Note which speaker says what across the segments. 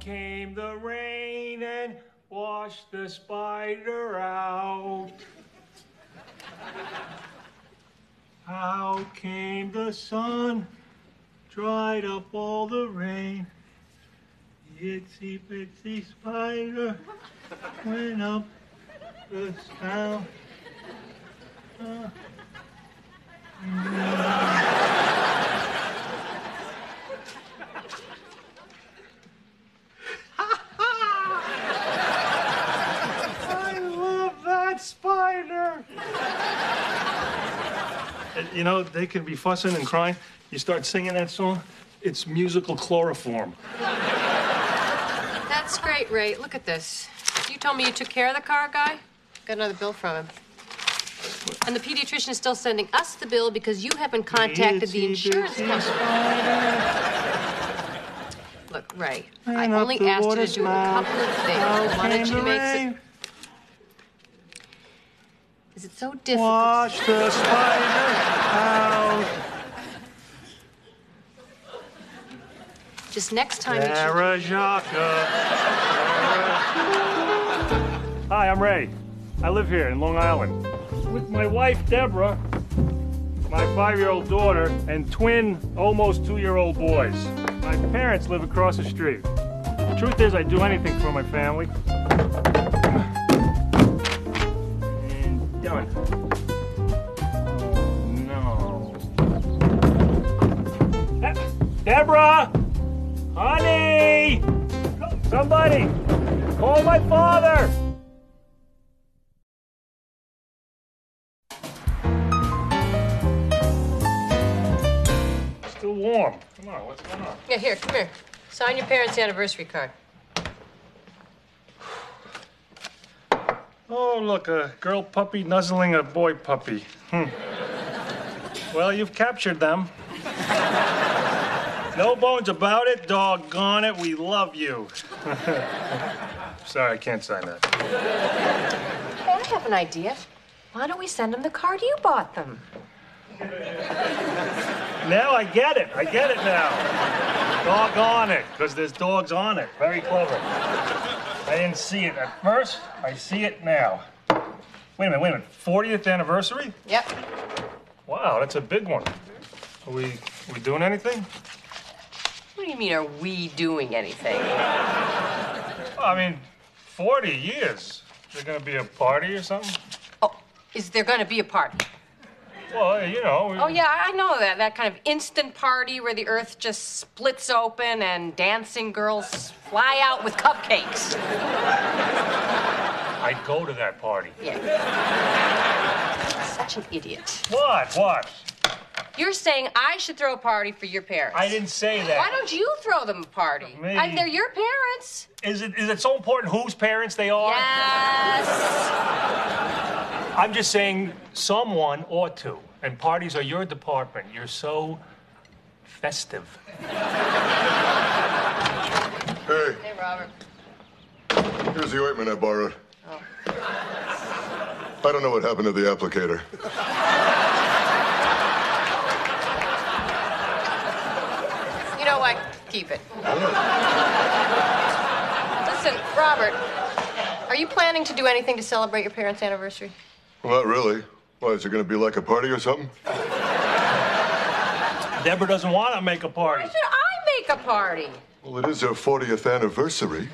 Speaker 1: came the rain and washed the spider out. Out came the sun, dried up all the rain. Itsy bitsy spider went up the spout. Uh, I love that spider. you know, they can be fussing and crying. You start singing that song, it's musical chloroform.
Speaker 2: That's great, Ray. Look at this. You told me you took care of the car guy. Got another bill from him. And the pediatrician is still sending us the bill because you haven't contacted the
Speaker 1: Itsy
Speaker 2: insurance
Speaker 1: bitsy
Speaker 2: company.
Speaker 1: spider
Speaker 2: Look, Ray, I
Speaker 1: ran up
Speaker 2: only
Speaker 1: the
Speaker 2: asked you to
Speaker 1: water's
Speaker 2: do a
Speaker 1: mouth.
Speaker 2: couple of things.
Speaker 1: Out
Speaker 2: I wanted
Speaker 1: came
Speaker 2: you to
Speaker 1: the
Speaker 2: make it.
Speaker 1: rain,
Speaker 2: Is it so difficult?
Speaker 1: Wash the spider out.
Speaker 2: Just next time you should
Speaker 1: Tara Hi, I'm Ray. I live here in Long Island with my wife Deborah, my five-year-old daughter, and twin, almost two-year-old boys. My parents live across the street. The truth is, I do anything for my family. And done. Oh no. De- Deborah. Honey! Somebody! Call my father! Still warm. Come on, what's going on?
Speaker 2: Yeah, here, come here. Sign your parents' anniversary card.
Speaker 1: Oh, look, a girl puppy nuzzling a boy puppy. Hmm. Well, you've captured them. No bones about it, doggone it, we love you. Sorry, I can't sign that.
Speaker 2: Hey, I have an idea. Why don't we send them the card you bought them?
Speaker 1: Now I get it. I get it now. Dog on it, because there's dogs on it. Very clever. I didn't see it at first. I see it now. Wait a minute, wait a minute. 40th anniversary?
Speaker 2: Yep.
Speaker 1: Wow, that's a big one. Are we, are we doing anything?
Speaker 2: What do you mean, are we doing anything?
Speaker 1: Well, I mean, 40 years. Is there going to be a party or something?
Speaker 2: Oh, is there going to be a party?
Speaker 1: Well, you know. we-
Speaker 2: Oh, yeah, I know that. That kind of instant party where the earth just splits open and dancing girls fly out with cupcakes.
Speaker 1: I'd go to that party.
Speaker 2: Yeah. Such an idiot.
Speaker 1: What? What?
Speaker 2: You're saying I should throw a party for your parents.
Speaker 1: I didn't say that.
Speaker 2: Why don't you throw them a party?
Speaker 1: Me.
Speaker 2: I mean, they're your parents.
Speaker 1: Is it, is it so important whose parents they are?
Speaker 2: Yes.
Speaker 1: I'm just saying someone ought to. And parties are your department. You're so festive.
Speaker 3: Hey,
Speaker 2: Hey, Robert.
Speaker 3: here's the ointment I borrowed. I don't know what happened to the applicator.
Speaker 2: You know what? Keep it. Listen, Robert, are you planning to do anything to celebrate your parents' anniversary?
Speaker 3: Well, not really. Why, is it going to be like a party or something?
Speaker 1: Deborah doesn't want to make a party.
Speaker 2: Should I make a party?
Speaker 3: Well, it is their 40th anniversary.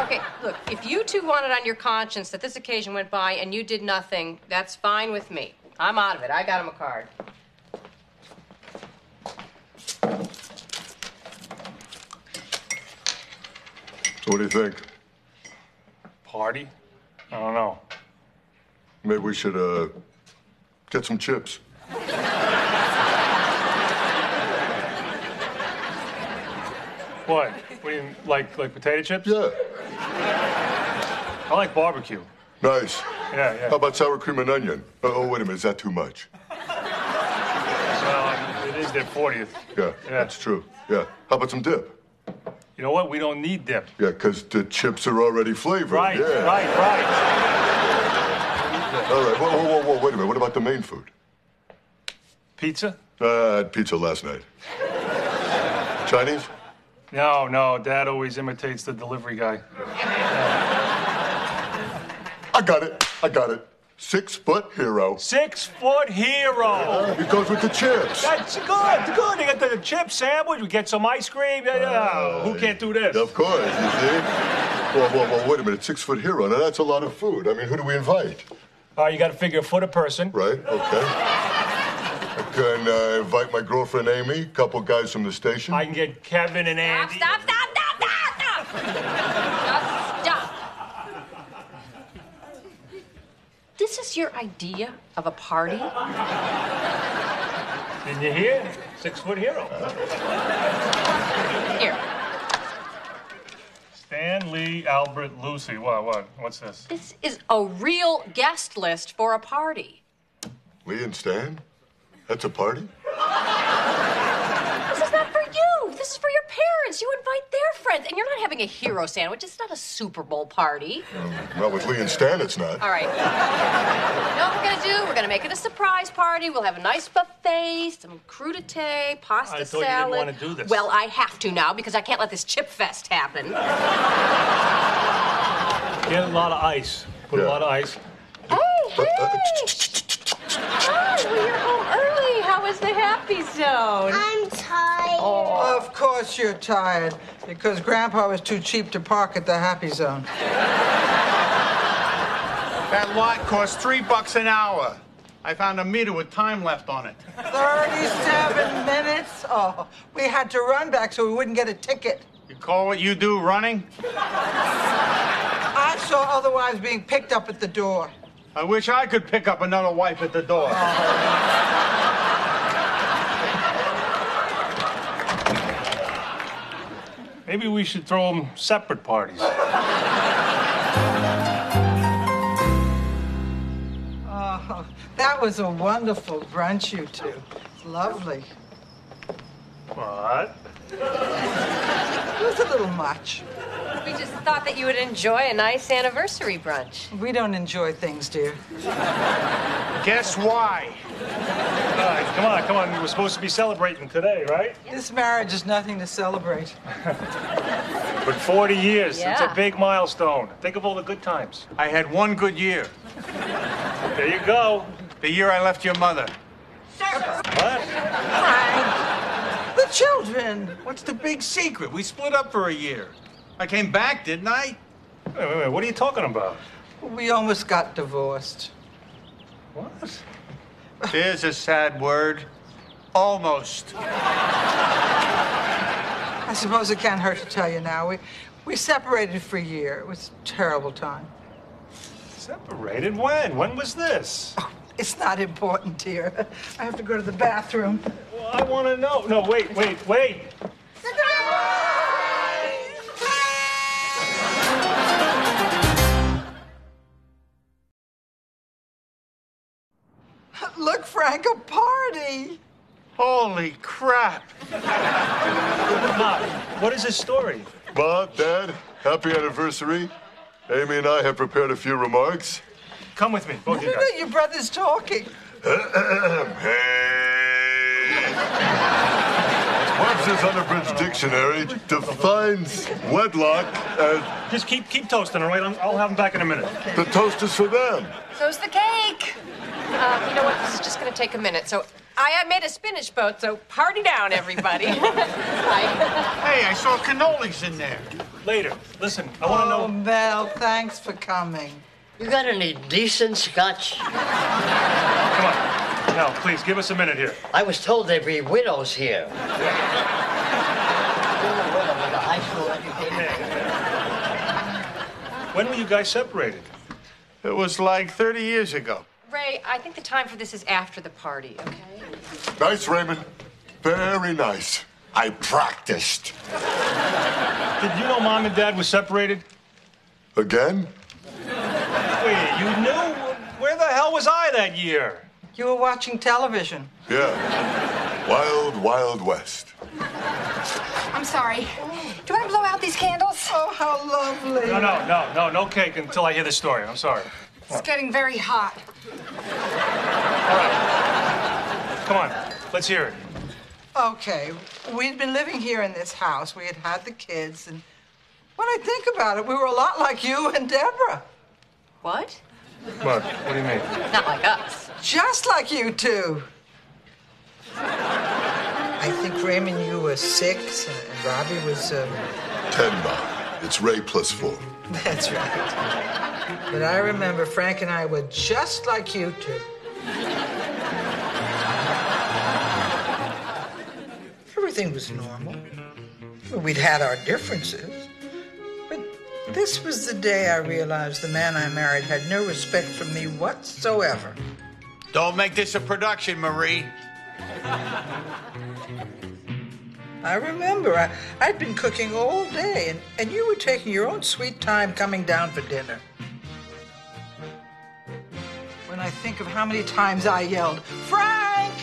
Speaker 2: Okay, look, if you two want it on your conscience that this occasion went by and you did nothing, that's fine with me. I'm out of it. I got him a card.
Speaker 3: So what do you think?
Speaker 1: Party? I don't know.
Speaker 3: Maybe we should, uh, get some chips.
Speaker 1: What? What do you like? Like potato chips?
Speaker 3: Yeah,
Speaker 1: I like barbecue.
Speaker 3: nice.
Speaker 1: Yeah, yeah.
Speaker 3: How about sour cream and onion? Oh, oh, wait a minute, is that too much?
Speaker 1: Well, Um, it is their 40th.
Speaker 3: Yeah, that's true. Yeah. How about some dip?
Speaker 1: You know what? We don't need dip.
Speaker 3: Yeah, 'cause the chips are already flavored.
Speaker 1: Right,
Speaker 3: yeah.
Speaker 1: right, right.
Speaker 3: All right, whoa, whoa, whoa, whoa, wait a minute. What about the main food?
Speaker 1: Pizza?
Speaker 3: Uh, I had pizza last night. Chinese?
Speaker 1: No, no, Dad always imitates the delivery guy.
Speaker 3: I got it. I got it. Six foot hero.
Speaker 1: Six foot hero.
Speaker 3: It goes with the chips.
Speaker 1: That's good. Good. You get the chip sandwich. We get some ice cream. Yeah, yeah. Who can't do this?
Speaker 3: Of course, you see. Whoa, whoa, whoa, wait a minute. Six foot hero. Now that's a lot of food. I mean, who do we invite?
Speaker 1: All right, you got to figure a foot a person.
Speaker 3: Right? Okay. I can uh, invite my girlfriend Amy, a couple guys from the station.
Speaker 1: I can get Kevin and
Speaker 4: Stop,
Speaker 1: Andy.
Speaker 4: stop, stop, stop, stop, stop! Just stop. This is your idea of a party?
Speaker 1: Didn't you hear? Six foot hero.
Speaker 4: Here,
Speaker 1: Stan Lee, Albert, Lucy. What? What? What's this?
Speaker 4: this is a real guest list for a party.
Speaker 3: Lee and Stan? That's a party?
Speaker 4: This is not for you. This is for your parents. You invite their friends, and you're not having a hero sandwich. It's not a Super Bowl party.
Speaker 3: Well, with Lee and Stan, it's not.
Speaker 4: All right. You know what we're gonna do? We're gonna make it a surprise party. We'll have a nice buffet, some crudité, pasta
Speaker 1: I thought you didn't
Speaker 4: salad.
Speaker 1: wanna do this.
Speaker 4: Well, I have to now because I can't let this chip fest happen.
Speaker 1: Get a lot of ice. Put
Speaker 3: Yeah.
Speaker 1: a lot of ice.
Speaker 4: Hey, hey!
Speaker 3: uh,
Speaker 4: Hi, well, you're home early. How was the happy zone?
Speaker 5: I'm tired.
Speaker 6: Of course you're tired, because Grandpa was too cheap to park at the Happy Zone.
Speaker 7: That lot costs three bucks an hour. I found a meter with time left on it.
Speaker 6: 37 minutes? Oh, we had to run back so we wouldn't get a ticket.
Speaker 7: You call what you do running?
Speaker 6: I saw other wives being picked up at the door.
Speaker 7: I wish I could pick up another wife at the door.
Speaker 1: Maybe we should throw them separate parties.
Speaker 6: Oh, that was a wonderful brunch, you two. Lovely.
Speaker 1: What?
Speaker 6: It was a little much.
Speaker 2: We just thought that you would enjoy a nice anniversary brunch.
Speaker 6: We don't enjoy things, dear.
Speaker 7: Guess why?
Speaker 1: All right, come on, come on. We're supposed to be celebrating today, right?
Speaker 6: This marriage is nothing to celebrate.
Speaker 1: But 40 years, it's a
Speaker 2: Yeah.
Speaker 1: big milestone. Think of all the good times.
Speaker 7: I had one good year.
Speaker 1: There you go.
Speaker 7: The year I left your mother.
Speaker 1: What?
Speaker 6: Frank, the children.
Speaker 7: What's the big secret? We split up for a year. I came back, didn't I?
Speaker 1: Wait, wait, wait. What are you talking about?
Speaker 6: We almost got divorced.
Speaker 1: What?
Speaker 7: There's a sad word. Almost.
Speaker 6: I suppose it can't hurt to tell you now. We, we separated for a year. It was a terrible time.
Speaker 1: Separated? When? When was this?
Speaker 6: It's not important, dear. I have to go to the bathroom.
Speaker 1: Well, I want to know. No, wait, wait, wait.
Speaker 6: Look, Frank, a party.
Speaker 7: Holy crap.
Speaker 1: Mom, what is this story?
Speaker 3: Ma, Dad, happy anniversary. Amy and I have prepared a few remarks.
Speaker 1: Come with me, both of
Speaker 6: Look
Speaker 1: you guys.
Speaker 6: at your brother's talking.
Speaker 3: Uh, Hey! Webster's Unabridged Dictionary defines wedlock uh, as
Speaker 1: Just keep keep toasting, all right? I'm, I'll have them back in a minute.
Speaker 3: the toast is for them.
Speaker 2: So's the cake. Uh, you know what? This is just going to take a minute. So I, I made a spinach boat, so party down, everybody. Bye.
Speaker 7: Hey, I saw cannolis in there.
Speaker 1: Later. Listen, I want to
Speaker 6: Oh,
Speaker 8: Um.
Speaker 1: know.
Speaker 6: Mel, thanks for coming.
Speaker 9: You got any decent scotch?
Speaker 1: Come on. No, please give us a minute here.
Speaker 9: I was told there'd be widows here. You're a widow with a high school education.
Speaker 1: When were you guys separated?
Speaker 7: It was like 30 years ago.
Speaker 2: Ray, I think the time for this is after the party, okay?
Speaker 3: Nice, Raymond. Very nice. I practiced.
Speaker 1: Did you know mom and dad were separated?
Speaker 3: Again?
Speaker 1: Wait, you knew? Where the hell was I that year?
Speaker 6: You were watching television.
Speaker 3: Yeah. Wild, wild west.
Speaker 8: I'm sorry. Do I blow out these candles?
Speaker 6: Oh, how lovely.
Speaker 1: No, no, no, no, no cake until I hear the story. I'm sorry.
Speaker 8: It's getting very hot.
Speaker 1: Come on, let's hear it.
Speaker 6: Okay, we'd been living here in this house. We had had the kids, and when I think about it, we were a lot like you and Deborah.
Speaker 4: What?
Speaker 5: What? What do you mean?
Speaker 4: Not like us.
Speaker 6: Just like you two. I think Raymond, you were six, and and Robbie was. Um,
Speaker 3: Ten now. It's Ray plus four.
Speaker 6: that's right. But I remember Frank and I were just like you two. Everything was normal. We'd had our differences. But this was the day I realized the man I married had no respect for me whatsoever.
Speaker 7: Don't make this a production, Marie.
Speaker 6: I remember I, I'd been cooking all day, and, and you were taking your own sweet time coming down for dinner. When I think of how many times I yelled, Frank!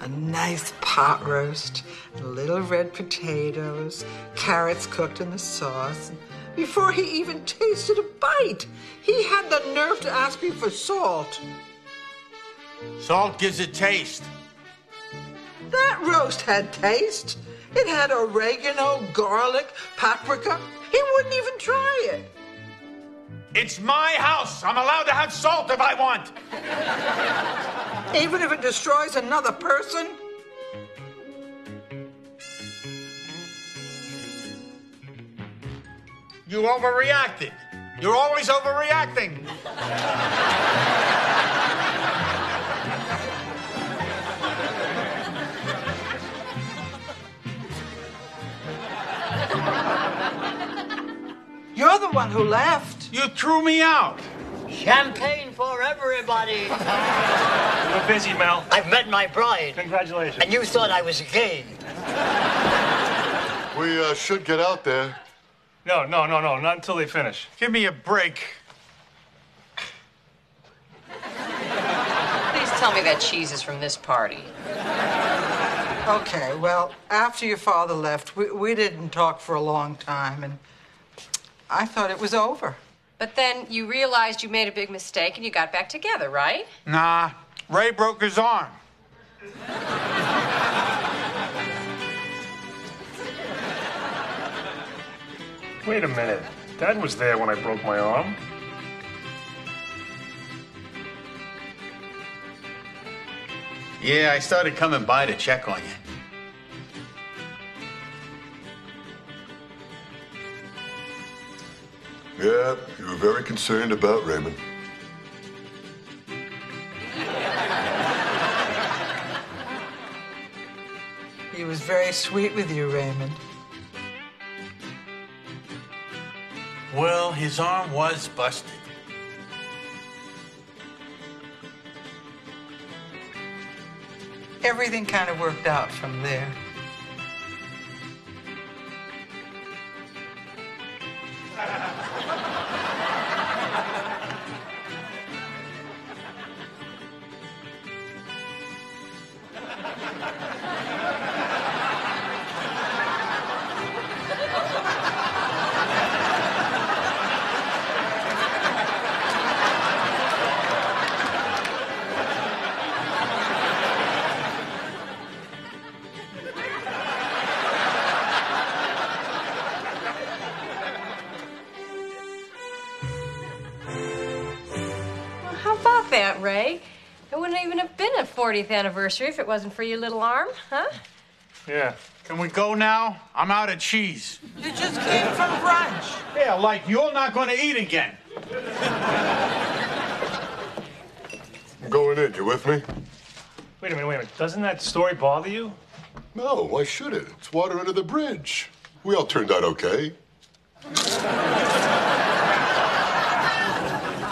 Speaker 6: A nice pot roast, and little red potatoes, carrots cooked in the sauce. And before he even tasted a bite, he had the nerve to ask me for salt.
Speaker 7: Salt gives it taste.
Speaker 6: That roast had taste. It had oregano, garlic, paprika. He wouldn't even try it.
Speaker 7: It's my house. I'm allowed to have salt if I want.
Speaker 6: Even if it destroys another person?
Speaker 7: You overreacted. You're always overreacting.
Speaker 6: You're the one who left.
Speaker 7: You threw me out.
Speaker 9: Champagne for everybody.
Speaker 1: We're busy, Mel.
Speaker 9: I've met my bride,
Speaker 1: Congratulations.
Speaker 9: and you thought I was gay.
Speaker 3: We uh, should get out there.
Speaker 1: No, no, no, no. Not until they finish.
Speaker 7: Give me a break.
Speaker 4: Please tell me that cheese is from this party.
Speaker 6: Okay, well, after your father left, we, we didn't talk for a long time, and I thought it was over.
Speaker 4: But then you realized you made a big mistake and you got back together, right?
Speaker 7: Nah, Ray broke his arm.
Speaker 1: Wait a minute. Dad was there when I broke my arm.
Speaker 7: Yeah, I started coming by to check on you.
Speaker 3: Yeah, you were very concerned about Raymond.
Speaker 6: He was very sweet with you, Raymond.
Speaker 7: Well, his arm was busted.
Speaker 6: Everything kind of worked out from there.
Speaker 4: Well, how about that, Ray? It wouldn't even have been a 40th anniversary if it wasn't for your little arm, huh?
Speaker 1: Yeah.
Speaker 7: Can we go now? I'm out of cheese.
Speaker 6: You just came from brunch.
Speaker 7: Yeah, like you're not going to eat again.
Speaker 3: I'm going in. You with me?
Speaker 1: Wait a minute, wait a minute. Doesn't that story bother you?
Speaker 3: No, why should it? It's water under the bridge. We all turned out okay.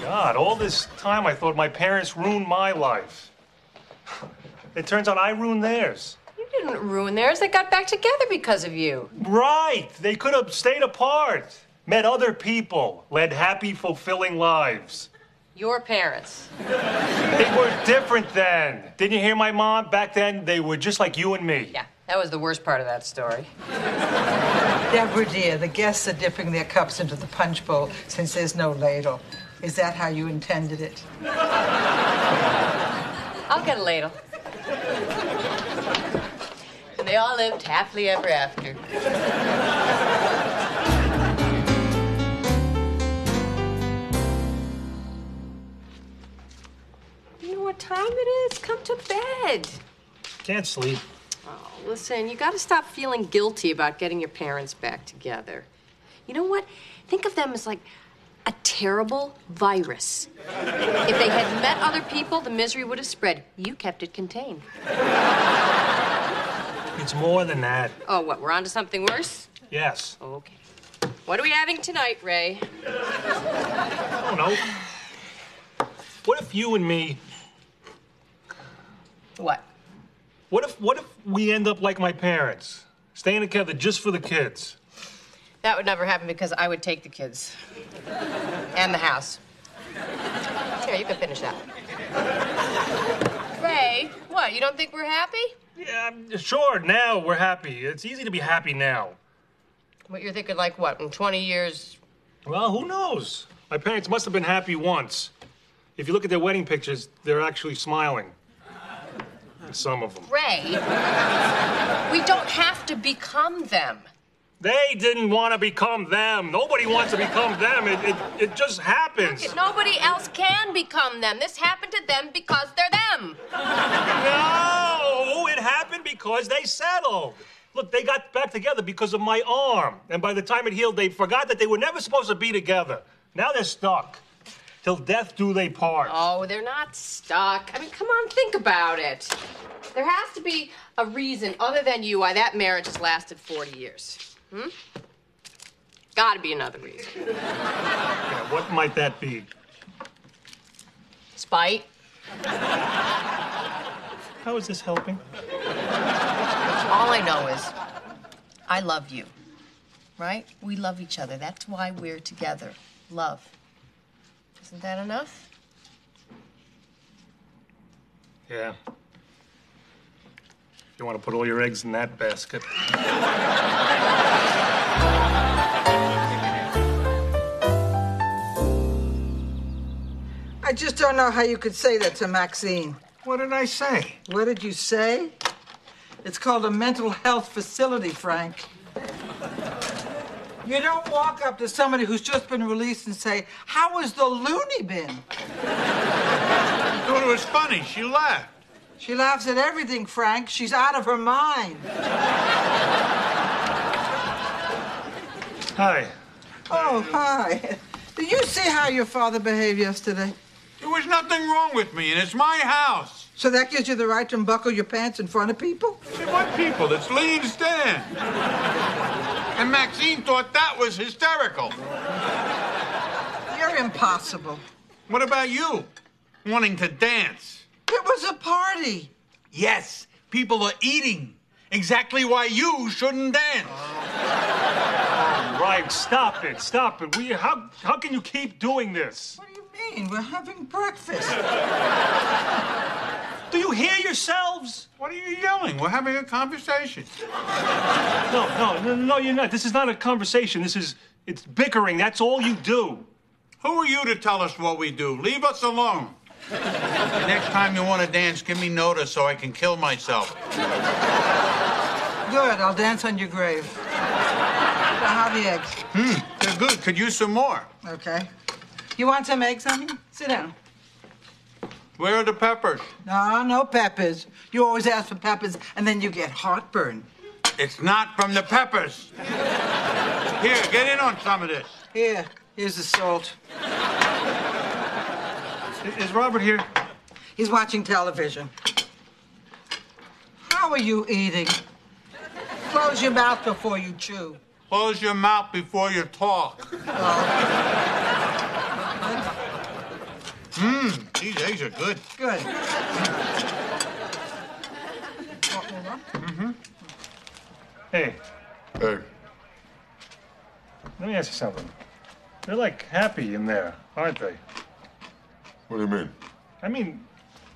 Speaker 1: God, all this time I thought my parents ruined my life. It turns out I ruined theirs.
Speaker 4: You didn't ruin theirs. They got back together because of you.
Speaker 1: Right! They could have stayed apart, met other people, led happy, fulfilling lives.
Speaker 4: Your parents.
Speaker 1: They were different then. Didn't you hear my mom? Back then, they were just like you and me.
Speaker 4: Yeah, that was the worst part of that story.
Speaker 6: Deborah, dear, the guests are dipping their cups into the punch bowl since there's no ladle. Is that how you intended it?
Speaker 9: I'll get a ladle. and they all lived happily ever after.
Speaker 2: You know what time it is? Come to bed. Oh,
Speaker 1: Can't sleep.
Speaker 2: Listen, you gotta stop feeling guilty about getting your parents back together. You know what? Think of them as like a terrible virus. if they had met other people, the misery would have spread. You kept it contained.
Speaker 1: It's more than that.
Speaker 2: Oh, what? We're on to something worse?
Speaker 1: Yes.
Speaker 2: Okay. What are we having tonight, Ray?
Speaker 1: I don't know. What if you and me?
Speaker 9: What?
Speaker 1: What if? What if we end up like my parents, staying together just for the kids?
Speaker 2: That would never happen because I would take the kids and the house. Here, you can finish that. Ray, what? You don't think we're happy?
Speaker 1: Yeah, I'm- sure. Now we're happy. It's easy to be happy now.
Speaker 2: What you're thinking, like what? In 20 years,
Speaker 1: Well, who knows? My parents must have been happy once. If you look at their wedding pictures, they're actually smiling. Some of them.
Speaker 2: Ray, we don't have to become them.
Speaker 1: They didn't want to become them. Nobody wants to become them. It, it, it just happens.
Speaker 2: Nobody else can become them. This happened to them because they're them.
Speaker 1: No, it happened because they settled. Look, they got back together because of my arm. And by the time it healed, they forgot that they were never supposed to be together. Now they're stuck. Till death do they part.
Speaker 2: Oh, they're not stuck. I mean, come on, think about it. There has to be a reason other than you why that marriage has lasted 40 years. Hmm? Gotta be another reason.
Speaker 1: Yeah, what might that be?
Speaker 2: Spite.
Speaker 1: How is this helping?
Speaker 9: All I know is I love you, right? We love each other. That's why we're together. Love. Isn't that enough?
Speaker 1: Yeah. You want to put all your eggs in that basket.
Speaker 6: I just don't know how you could say that to Maxine.
Speaker 7: What did I say?
Speaker 6: What did you say? It's called a mental health facility, Frank. You don't walk up to somebody who's just been released and say, How has the loony been?
Speaker 7: I thought it was funny. She laughed.
Speaker 6: She laughs at everything, Frank. She's out of her mind.
Speaker 1: Hi.
Speaker 6: Oh, hi. Did you see how your father behaved yesterday?
Speaker 7: There was nothing wrong with me, and it's my house.
Speaker 6: So that gives you the right to unbuckle your pants in front of people?
Speaker 7: See, what people? It's Lean Stan. And Maxine thought that was hysterical.
Speaker 6: You're impossible.
Speaker 7: What about you? Wanting to dance?
Speaker 6: It was a party.
Speaker 7: Yes, people are eating. Exactly why you shouldn't dance.
Speaker 1: Right, stop it, stop it. We, how, how can you keep doing this?
Speaker 6: What do you mean? We're having breakfast.
Speaker 1: Do you hear yourselves?
Speaker 7: What are you yelling? We're having a conversation.
Speaker 1: No, no, no, no, you're not. This is not a conversation. This is, it's bickering. That's all you do.
Speaker 7: Who are you to tell us what we do? Leave us alone. Next time you want to dance, give me notice so I can kill myself.
Speaker 6: Good, I'll dance on your grave. I'll have the eggs.
Speaker 7: They're good. Could use some more.
Speaker 6: Okay. You want some eggs, honey? Sit down.
Speaker 7: Where are the peppers?
Speaker 6: No, no peppers. You always ask for peppers, and then you get heartburn.
Speaker 7: It's not from the peppers. Here, get in on some of this.
Speaker 6: Here, here's the salt.
Speaker 1: I- Is Robert here?
Speaker 6: He's watching television. How are you eating? Close your mouth before you chew.
Speaker 7: Close your mouth before you talk. Mmm, these eggs are good.
Speaker 6: Good.
Speaker 1: Hey,
Speaker 3: Hey,
Speaker 1: let me ask you something. They're like happy in there, aren't they?
Speaker 3: what do you mean?
Speaker 1: I mean,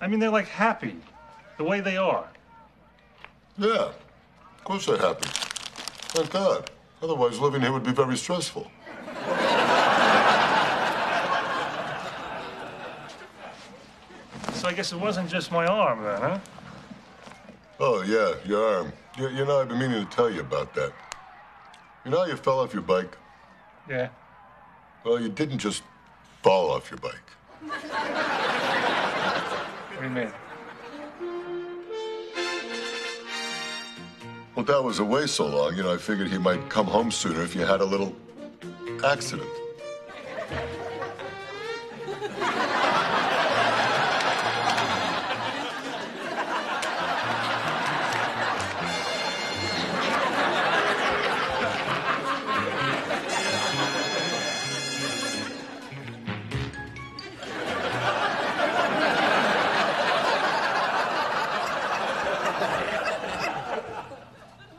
Speaker 1: I mean, they're like happy the way they are.
Speaker 3: Yeah, of course that happened. Thank God. Otherwise, living here would be very stressful.
Speaker 1: So I guess it wasn't just my arm then, huh?
Speaker 3: Oh, yeah, your arm. You, you know, I've been meaning to tell you about that. You know how you fell off your bike?
Speaker 1: Yeah.
Speaker 3: Well, you didn't just fall off your bike.
Speaker 1: What do you mean?
Speaker 3: Well, Dad was away so long, you know, I figured he might come home sooner if you had a little accident.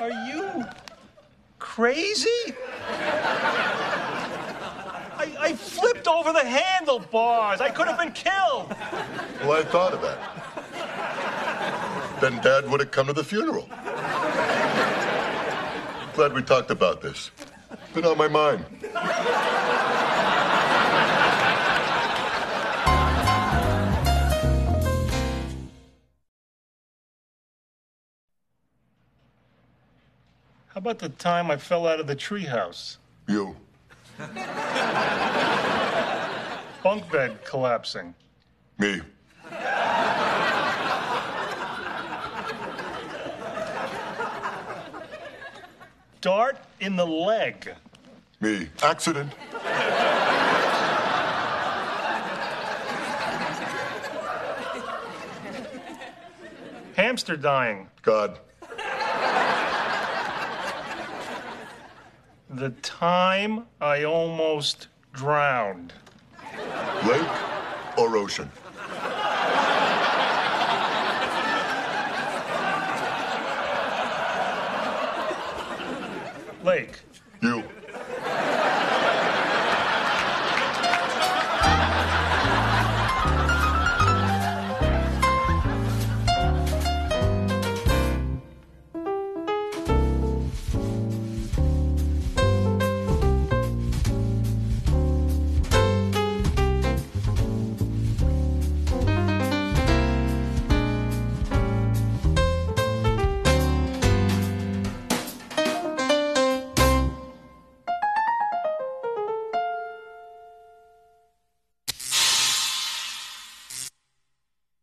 Speaker 10: Are you crazy? I, I flipped over the handlebars. I could have been killed.
Speaker 3: Well, I thought of that. then Dad would have come to the funeral. Glad we talked about this. Been on my mind.
Speaker 1: How about the time I fell out of the treehouse?
Speaker 3: You.
Speaker 1: Bunk bed collapsing.
Speaker 3: Me.
Speaker 1: Dart in the leg.
Speaker 3: Me. Accident.
Speaker 1: Hamster dying.
Speaker 3: God.
Speaker 1: The time I almost drowned.
Speaker 3: Lake or ocean?
Speaker 1: Lake.